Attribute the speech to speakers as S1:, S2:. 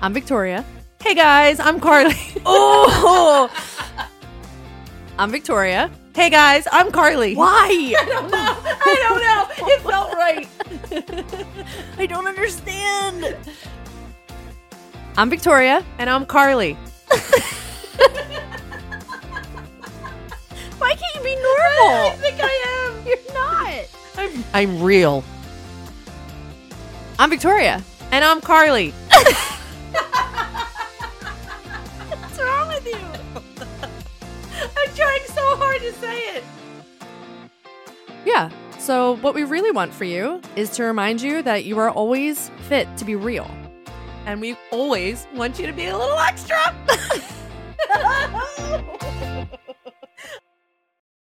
S1: I'm Victoria.
S2: Hey guys, I'm Carly.
S1: Oh, I'm Victoria.
S2: hey guys, I'm Carly.
S1: Why?
S2: I don't know. It felt right.
S1: I don't understand. I'm Victoria.
S2: And I'm Carly.
S1: Why can't you be normal?
S2: think I am.
S1: You're not.
S2: I'm, I'm real.
S1: I'm Victoria.
S2: And I'm Carly.
S1: What's wrong with you?
S2: I'm trying so hard to say it.
S1: Yeah. So, what we really want for you is to remind you that you are always fit to be real.
S2: And we always want you to be a little extra.